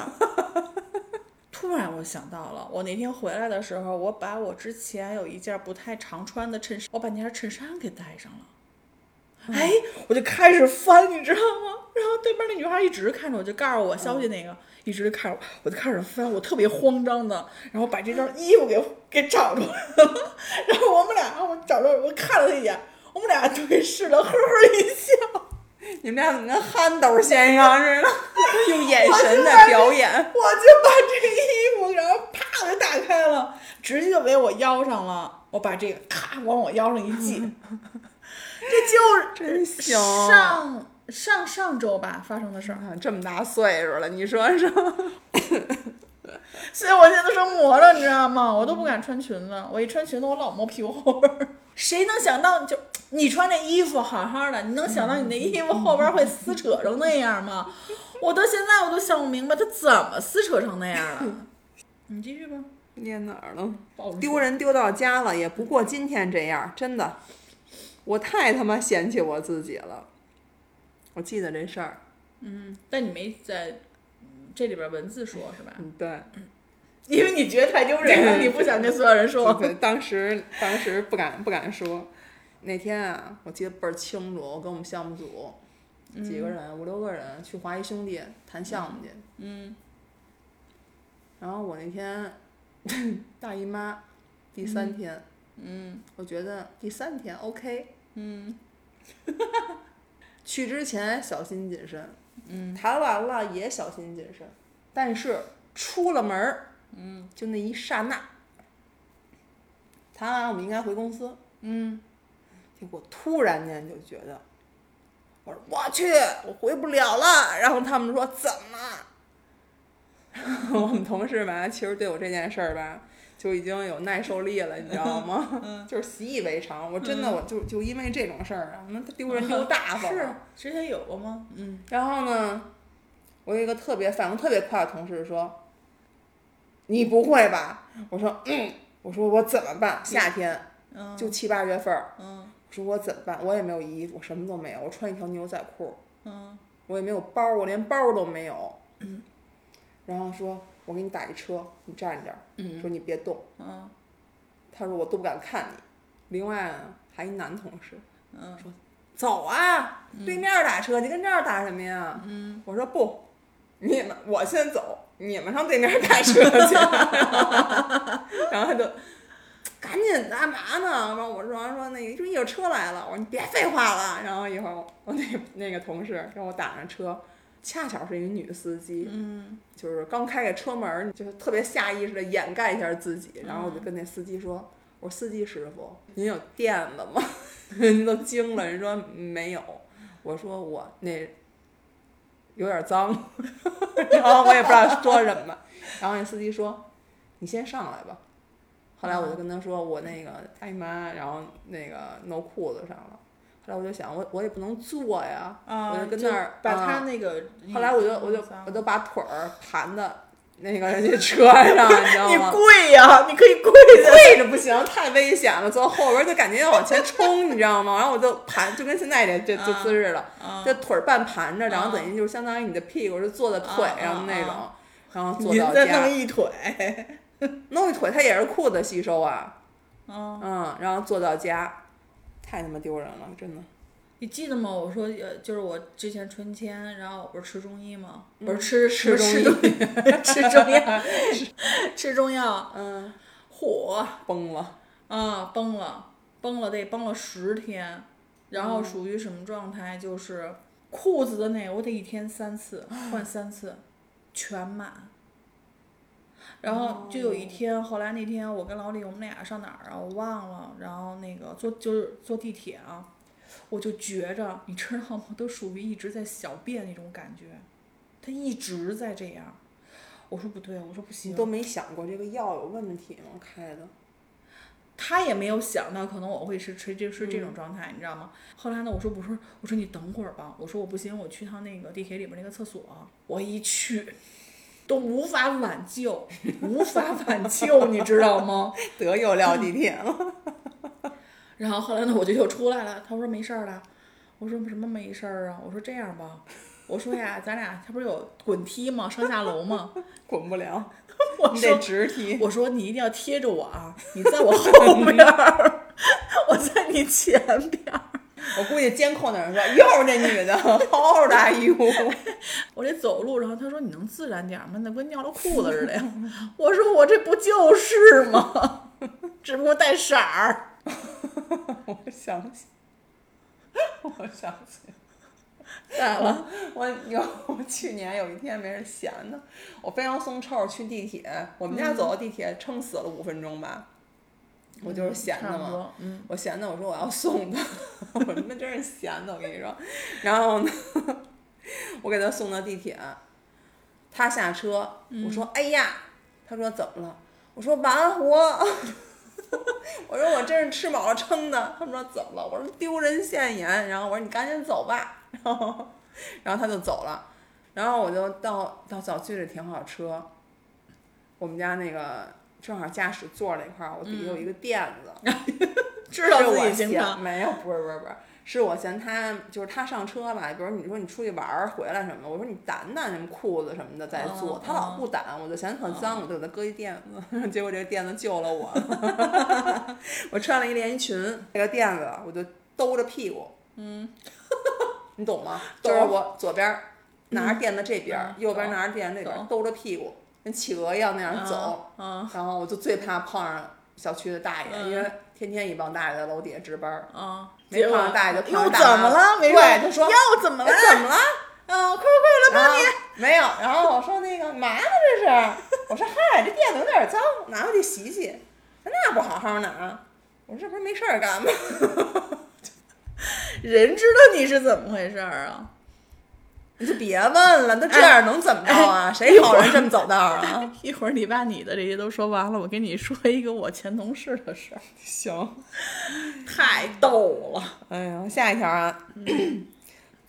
[SPEAKER 3] 突然我想到了，我那天回来的时候，我把我之前有一件不太常穿的衬衫，我把那件衬衫给带上了。哎，我就开始翻，你知道吗？ 然后对面那女孩一直看着我，就告诉我消息那个，一直看着我，我就开始翻，我特别慌张的，然后把这件衣服给给找出来了。 然后我们俩，我找着，我看了他一眼，我们俩对视了，呵呵一笑。
[SPEAKER 2] 你们俩怎么跟憨豆先生似的，用眼神的表演？
[SPEAKER 3] 我就把这衣服，然后啪我就打开了，直接就围我腰上了。我把这个咔往我腰上一系，这就是
[SPEAKER 2] 真行
[SPEAKER 3] 上上上周吧发生的事儿，
[SPEAKER 2] 啊这么大岁数了，你说是吧？
[SPEAKER 3] 所以我现在都成魔了，你知道吗？我都不敢穿裙子，我一穿裙子我老摸屁股后边儿。 谁能想到就你穿这衣服好好的，你能想到你那衣服后边儿会撕扯成那样吗？我到现在我都想不明白它怎么撕扯成那样了。 你继续吧。
[SPEAKER 2] 念哪儿了？
[SPEAKER 3] 暴露
[SPEAKER 2] 丢人丢到家了，也不过今天这样，真的，我太他妈嫌弃我自己了。我记得这事儿，
[SPEAKER 3] 但你没在嗯这里边文字说是吧？
[SPEAKER 2] 嗯，对，
[SPEAKER 3] 因为你觉得太丢人了，你不想跟所有人说。
[SPEAKER 2] 对，当时当时不敢不敢说。那天啊，我记得倍儿清楚，我跟我们项目组
[SPEAKER 3] 嗯
[SPEAKER 2] 几个人、五六个人去华谊兄弟谈项目去。嗯。然后我那天大姨妈第三天，嗯，我觉得第三天 OK，嗯，去之前小心谨慎，嗯，谈完了也小心谨慎，但是出了门儿，嗯，就那一刹那，谈完了我们应该回公司。
[SPEAKER 3] 嗯，
[SPEAKER 2] 结果突然间就觉得，我说我去，我回不了了。然后他们说怎么？ 我们同事吧，其实对我这件事儿吧，就已经有耐受力了，你知道
[SPEAKER 3] 嗯
[SPEAKER 2] 吗？就是习以为常。我真的我就就因为这种事儿啊，那他丢人丢大啊发
[SPEAKER 3] 嗯
[SPEAKER 2] 了。
[SPEAKER 3] 是之前有过吗？嗯，
[SPEAKER 2] 然后呢，我有一个特别反应特别快的同事说：“你不会吧？”我说：“嗯。”我说：“我怎么办？夏天
[SPEAKER 3] 嗯
[SPEAKER 2] 就七八月份儿，
[SPEAKER 3] 嗯
[SPEAKER 2] 我说我怎么办？我也没有衣服，我什么都没有，我穿一条牛仔裤，
[SPEAKER 3] 嗯
[SPEAKER 2] 我也没有包，我连包都没有。然后说：“我给你打一车，你站着。”说你别动。
[SPEAKER 3] 嗯
[SPEAKER 2] 他说：“我都不敢看你。”另外呢还一男同事，
[SPEAKER 3] 嗯
[SPEAKER 2] 走啊，对面打车，你跟这儿打什么呀？
[SPEAKER 3] 嗯，
[SPEAKER 2] 我说不，你们我先走，你们上对面打车去。 然后他就赶紧干嘛呢？完我说说那个说有车来了，我说你别废话了。然后以后我那那个同事给我打上车，恰巧是一女司机，
[SPEAKER 3] 嗯
[SPEAKER 2] 就是刚开开车门儿，就是特别下意识的掩盖一下自己。然
[SPEAKER 3] 嗯
[SPEAKER 2] 后我就跟那司机说。我说司机师傅，您有垫子吗？ 人都惊了，人说没有。我说我那有点脏， 然后我也不知道说什么。然后那司机说：“你先上来吧。”后
[SPEAKER 3] 嗯
[SPEAKER 2] 来我就跟他说：“我那个大姨妈，然后那个弄裤子上了。”后来我就想，我我也不能坐呀，
[SPEAKER 3] 啊，
[SPEAKER 2] 我就跟那儿
[SPEAKER 3] 把
[SPEAKER 2] 啊
[SPEAKER 3] 他那个，
[SPEAKER 2] 后来我就我就
[SPEAKER 3] 脏
[SPEAKER 2] 我就把腿儿盘的那个人家车上，你知道吗？
[SPEAKER 3] 跪呀、 你可以跪着。
[SPEAKER 2] 跪着不行，太危险了。坐后边儿就感觉要往前冲，你知道吗？然后我就盘，就跟现在这这这姿势了，
[SPEAKER 3] 嗯
[SPEAKER 2] 这腿儿半盘着，然后等于就是相当于你的屁股是坐
[SPEAKER 3] 嗯
[SPEAKER 2] 在腿上那种，然后坐
[SPEAKER 3] 您
[SPEAKER 2] 到
[SPEAKER 3] 嗯再弄
[SPEAKER 2] 家，
[SPEAKER 3] 一腿，
[SPEAKER 2] 弄一腿，它也是裤子吸收啊，
[SPEAKER 3] 嗯，
[SPEAKER 2] 嗯，然后坐到家，太他妈丢人了，真的。
[SPEAKER 3] 你记得吗？我说，呃，就是我之前春天，然后我不是吃中医吗？不是吃
[SPEAKER 2] 吃
[SPEAKER 3] 嗯吃
[SPEAKER 2] 中
[SPEAKER 3] 医，吃中 药，吃中药，
[SPEAKER 2] 嗯，
[SPEAKER 3] 火
[SPEAKER 2] 崩了，
[SPEAKER 3] 啊，崩了，崩了，得崩了十天，然后属于什么状态？就是裤子的那个，我得一天三次换三次，全满。然后就有一天，后来那天我跟老李，我们俩上哪儿啊？我忘了。然后那个坐就是坐地铁啊，我就觉着你知道吗？都属于一直在小便那种感觉，他一直在这样。我说不对，我说不
[SPEAKER 2] 你
[SPEAKER 3] 行，
[SPEAKER 2] 都没想过这个药有问题吗？开的，
[SPEAKER 3] 他也没有想到，可能我会是吃这是这种状态，你知道吗？后来呢，我说我说我说你等会儿吧，我说我不行，我去趟那个地铁里边那个厕所，我一去，都无法挽救， 无法挽救，你知道吗？
[SPEAKER 2] 得又撂地铁 了。
[SPEAKER 3] 然后后来呢，我就又出来了。他说没事儿了，我说什么没事儿啊？我说这样吧，我说 呀，咱俩他不是有滚梯吗？上下楼吗？
[SPEAKER 2] 滚不了，
[SPEAKER 3] 我
[SPEAKER 2] 你
[SPEAKER 3] 说
[SPEAKER 2] 得 直踢。
[SPEAKER 3] 我说你一定要贴着我啊，你在我后边 儿，我在你前边儿。
[SPEAKER 2] 我估计监控的人说，又是那女的，嗷大一屋。
[SPEAKER 3] 我这走路，然后他说你能自然点儿吗？那跟尿了裤子似的呀。 我说我这不就是吗？ 只不过带色儿。
[SPEAKER 2] 我想起，我想 起
[SPEAKER 3] 带了，
[SPEAKER 2] 我有我去年有一天没事闲的，我非常松臭去地铁，我们
[SPEAKER 3] 嗯
[SPEAKER 2] 家走到地铁撑死了五分钟吧， 我就是闲
[SPEAKER 3] 差
[SPEAKER 2] 的
[SPEAKER 3] 不
[SPEAKER 2] 嘛。
[SPEAKER 3] 多，嗯，
[SPEAKER 2] 我闲的，我说我要送他，我他妈真是闲的，我跟你说。然后呢，我给他送到地铁，他下车，我说哎呀，他说怎么了？我说完活， 我说我真是吃饱了撑的。他们说怎么了？我说丢人现眼。然后我说你赶紧走吧。然后，然后他就走了。然后我就到到小区里停好车，我们家那个正好驾驶座那块儿，我底下有一个垫子，
[SPEAKER 3] 知道
[SPEAKER 2] 是
[SPEAKER 3] 自
[SPEAKER 2] 我
[SPEAKER 3] 己经
[SPEAKER 2] 嫌
[SPEAKER 3] 常
[SPEAKER 2] 没有，不是不是不是，是我嫌他就是他上车吧，比如你说你出去玩儿回来什么的，我说你掸掸什么裤子什么的再做，
[SPEAKER 3] 哦
[SPEAKER 2] 他老不掸，我就嫌很脏，我就给他搁一垫子， 结果这个垫子救了我，我穿了 一连衣裙，这个垫子我就兜着屁股，嗯， 你懂 吗？
[SPEAKER 3] 懂
[SPEAKER 2] 就是我左边儿拿着垫子这边儿，右边儿拿着垫子这边儿
[SPEAKER 3] 嗯懂，
[SPEAKER 2] 兜着屁股跟企鹅一样那样走，
[SPEAKER 3] 啊
[SPEAKER 2] 然后我就最怕碰上小区的大爷，
[SPEAKER 3] 嗯
[SPEAKER 2] 因为天天一帮大爷在楼底下值班儿。
[SPEAKER 3] 啊！
[SPEAKER 2] 没
[SPEAKER 3] 结果
[SPEAKER 2] 碰上大爷就碰
[SPEAKER 3] 又
[SPEAKER 2] 上
[SPEAKER 3] 怎
[SPEAKER 2] 大妈
[SPEAKER 3] 么了？没
[SPEAKER 2] 对
[SPEAKER 3] 事
[SPEAKER 2] 他说
[SPEAKER 3] 又怎么了？
[SPEAKER 2] 哎怎么了？
[SPEAKER 3] 啊，快快快来
[SPEAKER 2] 然
[SPEAKER 3] 帮
[SPEAKER 2] 后
[SPEAKER 3] 你！
[SPEAKER 2] 没有，然后我说那个嘛呢这是？我说嗨，这垫子有点脏，拿回去洗洗。那不好好拿，我说这不是没事儿 干吗？
[SPEAKER 3] 人知道你是怎么回事儿啊？
[SPEAKER 2] 你就别问了，都这样能怎么着啊？谁好人这么走道儿啊？
[SPEAKER 3] 一会儿你把你的这些都说完了，我跟你说一个我前同事的事儿，
[SPEAKER 2] 行，
[SPEAKER 3] 太逗了。
[SPEAKER 2] 哎呀，下一条 啊，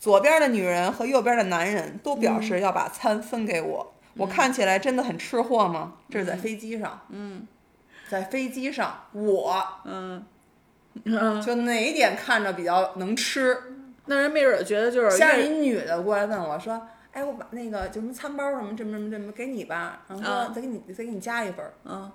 [SPEAKER 2] 左边的女人和右边的男人都表
[SPEAKER 3] 嗯
[SPEAKER 2] 示要把餐分给我，我看起来真的很吃货吗？这是在飞机上，嗯，在飞机上，我
[SPEAKER 3] 嗯，嗯，
[SPEAKER 2] 就哪一点看着比较能吃？
[SPEAKER 3] 那人没准觉得就是
[SPEAKER 2] 先是
[SPEAKER 3] 越
[SPEAKER 2] 一女的过来问我说：“哎，我把那个就什么餐包什么这么这么这么给你吧，然后说
[SPEAKER 3] 啊
[SPEAKER 2] 再给你再给你加一份儿。
[SPEAKER 3] 嗯，”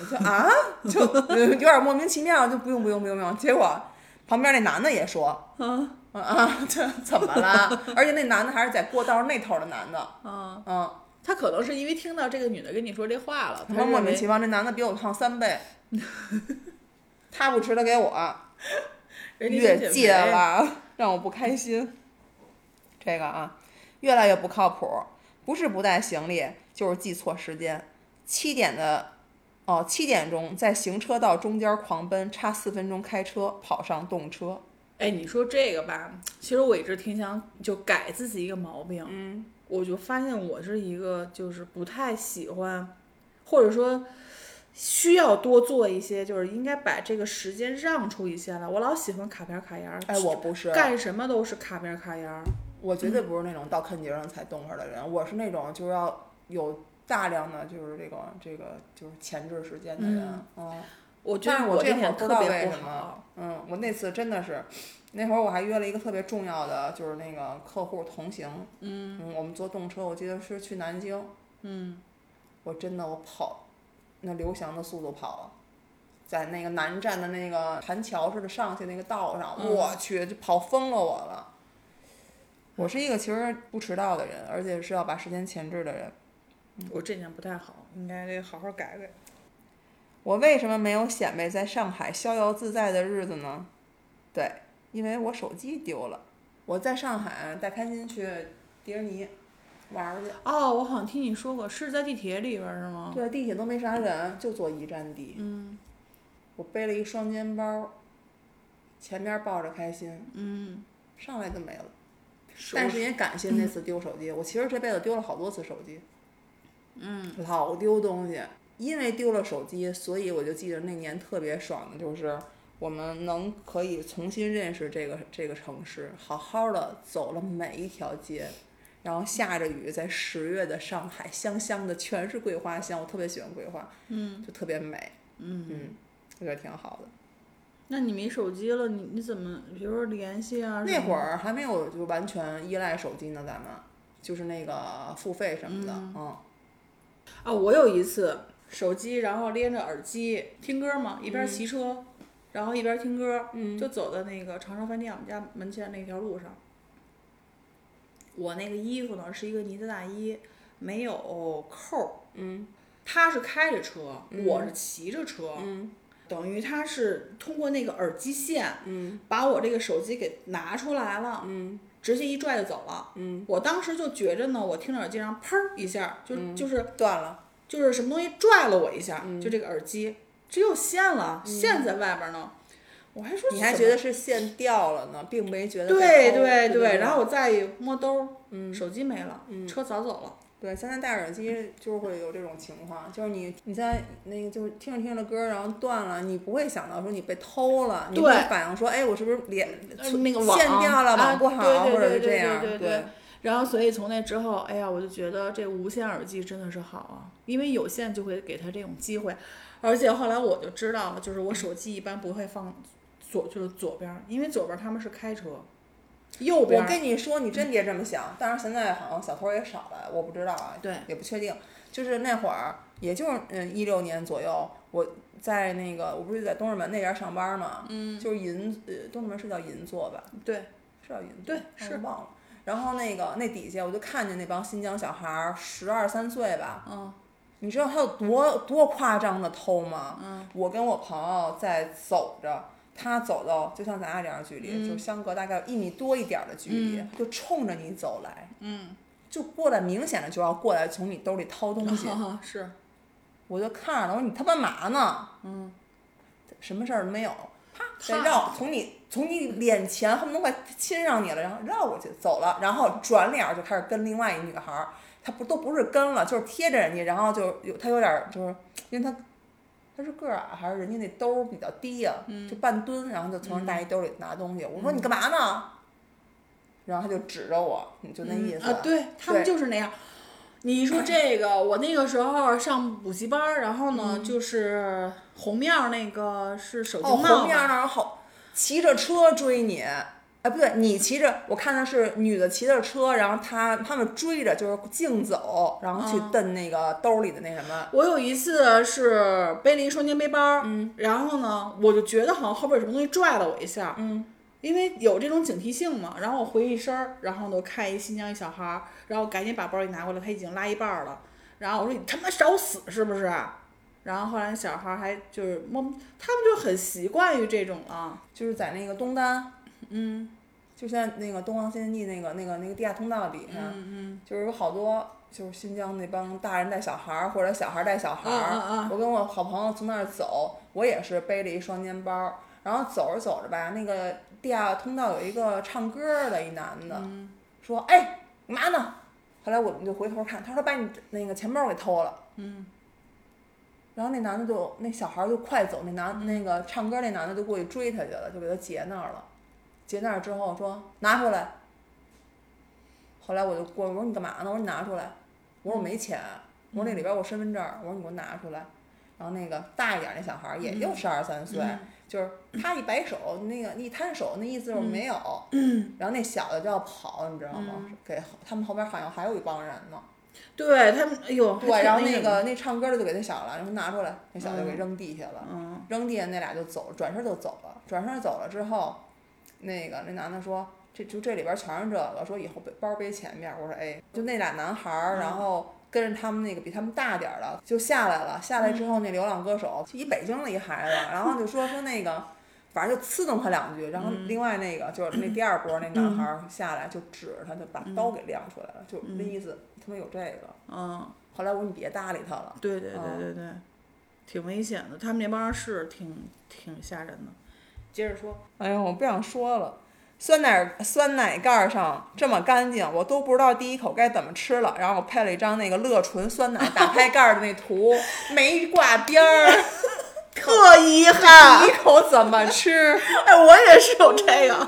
[SPEAKER 2] 我说啊，就 呃有点莫名其妙，就不用不用不用不用。结果旁边那男的也说
[SPEAKER 3] 嗯：“
[SPEAKER 2] 啊啊，这怎么 了？”而且那男的还是在过道那头的男的，
[SPEAKER 3] 嗯，
[SPEAKER 2] 嗯，
[SPEAKER 3] 他可能是因为听到这个女的跟你说这话了，
[SPEAKER 2] 他
[SPEAKER 3] 他
[SPEAKER 2] 妈莫名其
[SPEAKER 3] 妙。
[SPEAKER 2] 妙，那男的比我胖 三倍，他不吃的给我，
[SPEAKER 3] 人家
[SPEAKER 2] 越
[SPEAKER 3] 想减
[SPEAKER 2] 界
[SPEAKER 3] 肥，
[SPEAKER 2] 了，让我不开心。这个啊，越来越不靠谱，不是不带行李，就是记错时间。七点的，哦，七点钟在行车道中间狂奔，差四分钟开车跑上动车。
[SPEAKER 3] 哎，你说这个吧，其实我一直挺想就改自己一个毛病，
[SPEAKER 2] 嗯，
[SPEAKER 3] 我就发现我是一个就是不太喜欢，或者说需要多做一些，就是应该把这个时间让出一些来。我老喜欢卡片儿卡沿儿，
[SPEAKER 2] 哎，我不是，
[SPEAKER 3] 干什么都是卡片儿卡沿儿。
[SPEAKER 2] 我绝对不是那种到坑节上才动会儿的人，我是那种就是要有大量的就是这个这个就是前置时间的人。嗯
[SPEAKER 3] 我觉
[SPEAKER 2] 但
[SPEAKER 3] 得
[SPEAKER 2] 是我
[SPEAKER 3] 这
[SPEAKER 2] 这会儿
[SPEAKER 3] 点
[SPEAKER 2] 不
[SPEAKER 3] 特
[SPEAKER 2] 知道
[SPEAKER 3] 别
[SPEAKER 2] 为
[SPEAKER 3] 不
[SPEAKER 2] 什么
[SPEAKER 3] 好。，
[SPEAKER 2] 嗯，我那次真的是，那会儿我还约了一个特别重要的，就是那个客户同行，嗯我们坐动车，我记得是去南京，
[SPEAKER 3] 嗯，
[SPEAKER 2] 我真的我跑，那刘翔的速度跑了。在那个南站的那个盘桥似的上去那个道上，
[SPEAKER 3] 嗯
[SPEAKER 2] 我去，就跑疯了我了。我是一个其实不迟到的人，而且是要把时间前置的人。嗯
[SPEAKER 3] 我这点不太好，应该得好好改改。
[SPEAKER 2] 我为什么没有显摆在上海逍遥自在的日子呢？对，因为我手机丢了。我在上海啊带开心去迪士尼玩儿去，
[SPEAKER 3] 哦，我好像听你说过，是在地铁里边儿是吗？
[SPEAKER 2] 对，地铁都没啥人，就坐一站地。嗯，我背了一双肩包，前面抱着开心，
[SPEAKER 3] 嗯，
[SPEAKER 2] 上来就没了。
[SPEAKER 3] 是
[SPEAKER 2] 但
[SPEAKER 3] 我
[SPEAKER 2] 是也感谢那次丢手机，我其实这辈子丢了好多次手机，嗯，老丢东西。因为丢了手机，所以我就记得那年特别爽的就是我们能可以重新认识这个这个城市，好好的走了每一条街，然后下着雨，在十月的上海，香香的全是桂花香，我特别喜欢桂花，嗯，就特别美，嗯我觉得挺好的。
[SPEAKER 3] 那你没手机了，你你怎么，比如说联系啊？
[SPEAKER 2] 那会
[SPEAKER 3] 儿，
[SPEAKER 2] 儿还没有就完全依赖手机呢，咱们就是那个付费什么的，嗯
[SPEAKER 3] 啊，我有一次手机，然后连着耳机听歌嘛，一边儿骑车，然后一边儿听歌，
[SPEAKER 2] 嗯
[SPEAKER 3] 就走到那个长寿饭店我们家门前那条路上。我那个衣服呢是一个呢子大衣，没有扣儿，
[SPEAKER 2] 嗯
[SPEAKER 3] 他是开着车，
[SPEAKER 2] 嗯
[SPEAKER 3] 我是骑着车，
[SPEAKER 2] 嗯
[SPEAKER 3] 等于他是通过那个耳机线
[SPEAKER 2] 嗯
[SPEAKER 3] 把我这个手机给拿出来了，
[SPEAKER 2] 嗯
[SPEAKER 3] 直接一拽就走了。
[SPEAKER 2] 嗯，
[SPEAKER 3] 我当时就觉着呢，我听着耳机上砰儿一下，就、
[SPEAKER 2] 嗯
[SPEAKER 3] 就是
[SPEAKER 2] 断了。
[SPEAKER 3] 就是什么东西拽了我一下，就这个耳机只有线了，线在外边呢。我嗯还说
[SPEAKER 2] 你还
[SPEAKER 3] 怎
[SPEAKER 2] 觉
[SPEAKER 3] 么
[SPEAKER 2] 得是线掉了呢，并没觉得
[SPEAKER 3] 对
[SPEAKER 2] 被偷
[SPEAKER 3] 对
[SPEAKER 2] 对，
[SPEAKER 3] 对，然后我再一摸兜儿，
[SPEAKER 2] 嗯
[SPEAKER 3] 手机没了，车早走了。
[SPEAKER 2] 对，现在戴耳机就是会有这种情况，就是你你在那个就是听着听着歌，然后断了，你不会想到说你被偷了，你
[SPEAKER 3] 对
[SPEAKER 2] 会反应说，哎，我是不是连
[SPEAKER 3] 呃那个网
[SPEAKER 2] 线掉了，
[SPEAKER 3] 啊
[SPEAKER 2] 网不好，
[SPEAKER 3] 对对
[SPEAKER 2] 或者
[SPEAKER 3] 对对
[SPEAKER 2] 是这
[SPEAKER 3] 对
[SPEAKER 2] 样，
[SPEAKER 3] 对对然后，所以从那之后，哎呀，我就觉得这无线耳机真的是好啊，因为有线就会给他这种机会。而且后来我就知道了，就是我手机一般不会放左，就是左边儿，因为左边儿他们是开车，右边
[SPEAKER 2] 我
[SPEAKER 3] 儿嗯
[SPEAKER 2] 跟你说，你真别这么想。但是现在好像小偷也少了，我不知道啊，
[SPEAKER 3] 对，
[SPEAKER 2] 也不确定。就是那会儿，也就是嗯一六年左右，我在那个我不是在东直门那边上班嘛，嗯，就是银呃东直门是叫银座吧，
[SPEAKER 3] 对，
[SPEAKER 2] 是叫银座，
[SPEAKER 3] 对
[SPEAKER 2] 哦
[SPEAKER 3] 是
[SPEAKER 2] 我忘了。然后那个那底下我就看见那帮新疆小孩儿十二三岁吧，
[SPEAKER 3] 嗯
[SPEAKER 2] 你知道他有多多夸张的偷吗？嗯，我跟我朋友在走着，他走到就像咱俩这样的距离，
[SPEAKER 3] 嗯
[SPEAKER 2] 就相隔大概有一米多一点儿的距离，就冲着你走来，
[SPEAKER 3] 嗯，
[SPEAKER 2] 就过来，明显的就要过来从你
[SPEAKER 3] 嗯
[SPEAKER 2] 兜里掏东西。
[SPEAKER 3] 是，
[SPEAKER 2] 我就看着他，我说你他妈嘛呢？
[SPEAKER 3] 嗯，
[SPEAKER 2] 什么事儿都没有，啪，再
[SPEAKER 3] 啪
[SPEAKER 2] 绕从你从你脸前恨不得快亲上你了，然后绕过去走了，然后转脸儿就开始跟另外一女孩儿，她不都不是跟了，就是贴着人家，然后就有她有点儿就是因为她。她是个儿矮、还是人家那兜儿比较低呀、
[SPEAKER 3] 嗯
[SPEAKER 2] 就半蹲，然后就从人大衣兜里拿东西。我说你干嘛呢？然后她就指着我，你就那
[SPEAKER 3] 嗯
[SPEAKER 2] 意思。
[SPEAKER 3] 啊，对他们
[SPEAKER 2] 对
[SPEAKER 3] 就是那样。你一说这个，我那个时候上补习班儿，然后呢，就是红面儿那个是手
[SPEAKER 2] 嗯哦，
[SPEAKER 3] 经帽
[SPEAKER 2] 红
[SPEAKER 3] 嘛，
[SPEAKER 2] 面儿那儿好，骑着车追你。哎，不对，你骑着，我看的是女的骑着车，然后她他们追着，就是竞走，然后去蹬那个兜里的那什么。
[SPEAKER 3] 我有一次是背了一双肩背包儿，
[SPEAKER 2] 嗯
[SPEAKER 3] 然后呢，我就觉得好像后边有什么东西拽了我一下，
[SPEAKER 2] 嗯
[SPEAKER 3] 因为有这种警惕性嘛。然后我回一身儿，然后呢，我看一新疆一小孩儿，然后赶紧把包给拿过来，他已经拉一半儿了。然后我说你他妈找死是不是？然后后来那小孩儿还就是摸，他们就很习惯于这种啊了。
[SPEAKER 2] 就是在那个东单，嗯，就现在那个东方新天地那个那个那个地下通道底下，嗯嗯，就是有好多就是新疆那帮大人带小孩儿或者小孩儿带小孩儿，
[SPEAKER 3] 嗯嗯嗯
[SPEAKER 2] 我跟我好朋友从那儿走，我也是背着一双肩包儿，然后走着走着吧，那个地下通道有一个唱歌儿的一男的，
[SPEAKER 3] 嗯
[SPEAKER 2] 说哎你嘛呢？后来我们就回头看，他说把你那个钱包给偷了。然后那男的就那小孩儿就快走，那男那个唱歌那男的就过去追他去了，就给他截那儿了。截那儿之后说拿回来。后来我就过，我说你干嘛呢？我说你拿出来。我说我没钱。我说那里边我身份证儿。我说你给我拿出来。然后那个大一点儿那小孩儿也就十二三岁，就是他一摆手，那个一摊手，那意思就是没有。然后那小的就要跑，你知道吗？给他们后边好像还有一帮人呢。
[SPEAKER 3] 对他们，哎呦，还
[SPEAKER 2] 对，
[SPEAKER 3] 挺
[SPEAKER 2] 然后
[SPEAKER 3] 那什
[SPEAKER 2] 那
[SPEAKER 3] 么
[SPEAKER 2] 个那唱歌的就给那小了，然后拿出来，那小的给扔地下了，
[SPEAKER 3] 嗯
[SPEAKER 2] 扔地下那俩就走了，转身就走了，转身走了之后，那个那男的说，这就这里边全是这个，说以后背包背前面，我说哎，就那俩男孩儿，
[SPEAKER 3] 嗯
[SPEAKER 2] 然后。跟着他们那个比他们大点儿的就下来了，下来
[SPEAKER 3] 嗯
[SPEAKER 2] 之后那流浪歌手一北京的一孩子，然后就说说那个，反正就刺瞪他两句，然后
[SPEAKER 3] 嗯
[SPEAKER 2] 另外那个就是 那第二波那男孩儿下来就指着他，就把刀给亮出来了，就那意思他们有这个，
[SPEAKER 3] 嗯，
[SPEAKER 2] 后来我说你别搭理他了。
[SPEAKER 3] 对对
[SPEAKER 2] 嗯
[SPEAKER 3] 对对对，挺危险的。他们那帮人是挺挺吓人的。接着说，
[SPEAKER 2] 哎呦，我不想说了。酸奶酸奶盖儿上这么干净，我都不知道第一口该怎么吃了。然后我配了一张那个乐纯酸奶打开盖儿的那 图，没挂边儿，
[SPEAKER 3] 特遗
[SPEAKER 2] 第
[SPEAKER 3] 憾
[SPEAKER 2] 一，口怎么吃？
[SPEAKER 3] 哎，我也是有这个。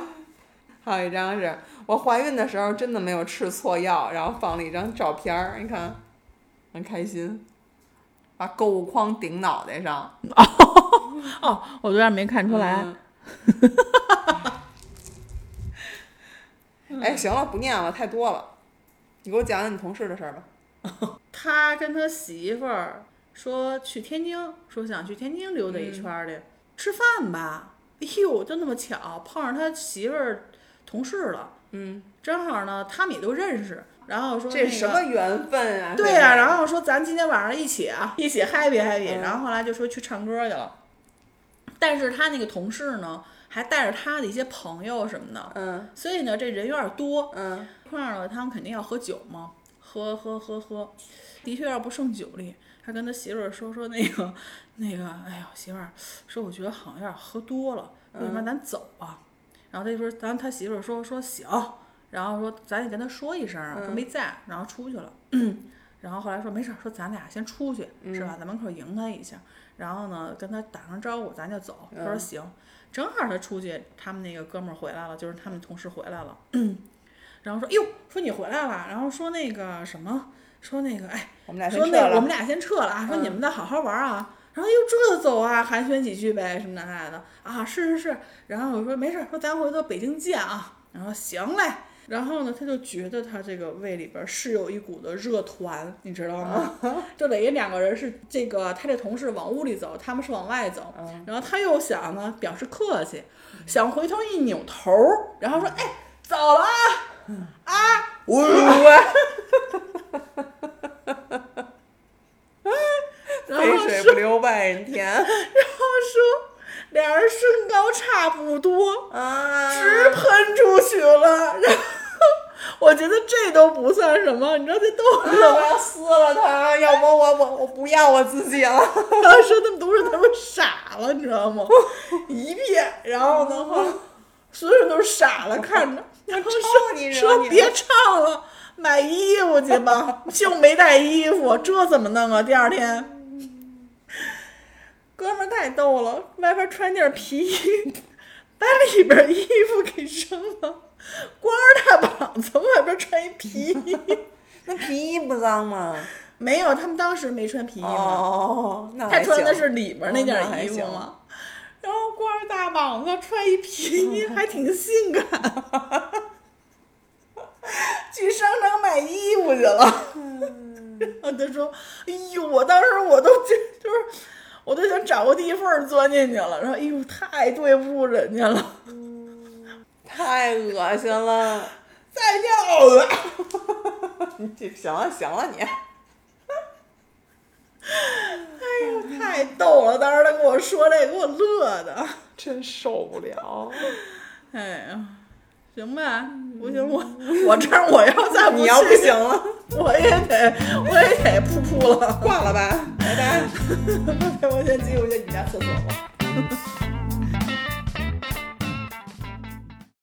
[SPEAKER 2] 还有一张是我怀孕的时候真的没有吃错药，然后放了一张照片儿，你看，很开心，把购物筐顶脑袋上。
[SPEAKER 3] 哦，我有点没看出来。
[SPEAKER 2] 嗯 哎，行了，不念了，太多了。你给我讲讲你同事的事儿吧。
[SPEAKER 3] 嗯他跟他媳妇儿说去天津，说想去天津溜达一圈儿去、吃饭吧。哎呦，就那么巧，碰上他媳妇儿同事了，
[SPEAKER 2] 嗯，
[SPEAKER 3] 正好呢，他们也都认识。然后说、那
[SPEAKER 2] 这
[SPEAKER 3] 个、
[SPEAKER 2] 是什么缘分啊？
[SPEAKER 3] 对呀、
[SPEAKER 2] 呀、
[SPEAKER 3] 然后说咱今天晚上一起啊，一起 happy happy，、
[SPEAKER 2] 嗯
[SPEAKER 3] 然后后来就说去唱歌去了，但是他那个同事呢，还带着他的一些朋友什么的，
[SPEAKER 2] 嗯
[SPEAKER 3] 所以呢这人有点多，
[SPEAKER 2] 嗯，
[SPEAKER 3] 一块儿了，他们肯定要喝酒嘛，喝喝喝喝，的确要不胜酒力。他跟他媳妇儿说说那个 那个，哎呀媳妇儿，说我觉得好像有点喝多了，要不然咱走吧。然后他就说，然后他媳妇儿说说行，然后说咱得跟他说一声啊，说没在，然后出去了。 然后后来说没事儿，说咱俩先出去、是吧？在门口迎他一下，然后呢跟他打声招呼，咱就走。他说行，正好他出去，他们那个哥们儿回来了，就是他们同事回来了，然后说哟，说你回来了，然后说那个什么，说那个哎，
[SPEAKER 2] 我们俩先
[SPEAKER 3] 说
[SPEAKER 2] 撤
[SPEAKER 3] 那我
[SPEAKER 2] 了
[SPEAKER 3] 们。俩先撤了啊，说
[SPEAKER 2] 嗯
[SPEAKER 3] 你们的好好玩啊。然后又这就走啊，寒暄几句呗，什么的那的啊，是是是。然后我说没事儿，说咱回头北京见啊。然后行嘞。然后呢，他就觉得他这个胃里边儿是有一股的热团，你知道 吗？就等于两个人是这个，他这同事往屋里走，他们是往外走。
[SPEAKER 2] 嗯
[SPEAKER 3] 然后他又想呢，表示客气，想回头一扭头儿，然
[SPEAKER 2] 嗯
[SPEAKER 3] 后说：“哎，走了啊。”
[SPEAKER 2] 我我
[SPEAKER 3] 然后
[SPEAKER 2] 肥
[SPEAKER 3] 说
[SPEAKER 2] 水不流外人 田
[SPEAKER 3] 俩人身高差不多，
[SPEAKER 2] 啊！
[SPEAKER 3] 直喷出去了。然后我觉得这都不算什么，你知道这都
[SPEAKER 2] 我要撕了他，要不我我我不要我自己了。
[SPEAKER 3] 然后说他们都说他们傻了，你知道吗？一遍，然后的话， 所有人都傻了，看着，然后
[SPEAKER 2] 抽
[SPEAKER 3] 说
[SPEAKER 2] 你惹你
[SPEAKER 3] 说
[SPEAKER 2] 了
[SPEAKER 3] 别唱了，买衣服去吧，就没带衣服，这怎么弄啊？第二天，哥们儿太逗了，外边穿件皮衣， 把里边衣服给扔了，光着大膀子外边穿一皮衣，
[SPEAKER 2] 那皮衣不脏吗？
[SPEAKER 3] 没有，他们当时没穿皮衣嘛。
[SPEAKER 2] 哦，那
[SPEAKER 3] 他
[SPEAKER 2] 还
[SPEAKER 3] 穿的
[SPEAKER 2] 行
[SPEAKER 3] 是里边那
[SPEAKER 2] 哦那还
[SPEAKER 3] 件衣服
[SPEAKER 2] 行
[SPEAKER 3] 吗？然后光着大膀子，穿一
[SPEAKER 2] 嗯
[SPEAKER 3] 皮 衣，还挺性感。去商场买衣服去了。
[SPEAKER 2] 嗯
[SPEAKER 3] 然后 他说：“哎呦，我当时我都就就是，我都想找个地缝儿钻进去了。”然后，哎呦，太对不住人家了。
[SPEAKER 2] 太恶心了。
[SPEAKER 3] 再尿了。
[SPEAKER 2] 你这行了行了你，
[SPEAKER 3] 哎呦，太逗了！当时他跟我说这，给我乐的。
[SPEAKER 2] 真受不 了。
[SPEAKER 3] 哎呀，行吧，不行我我这儿我要再
[SPEAKER 2] 嗯你要不
[SPEAKER 3] 去
[SPEAKER 2] 行了，
[SPEAKER 3] 我也得，我也得噗噗了。
[SPEAKER 2] 挂了吧，拜拜。
[SPEAKER 3] 我先进，我先你家厕所吧。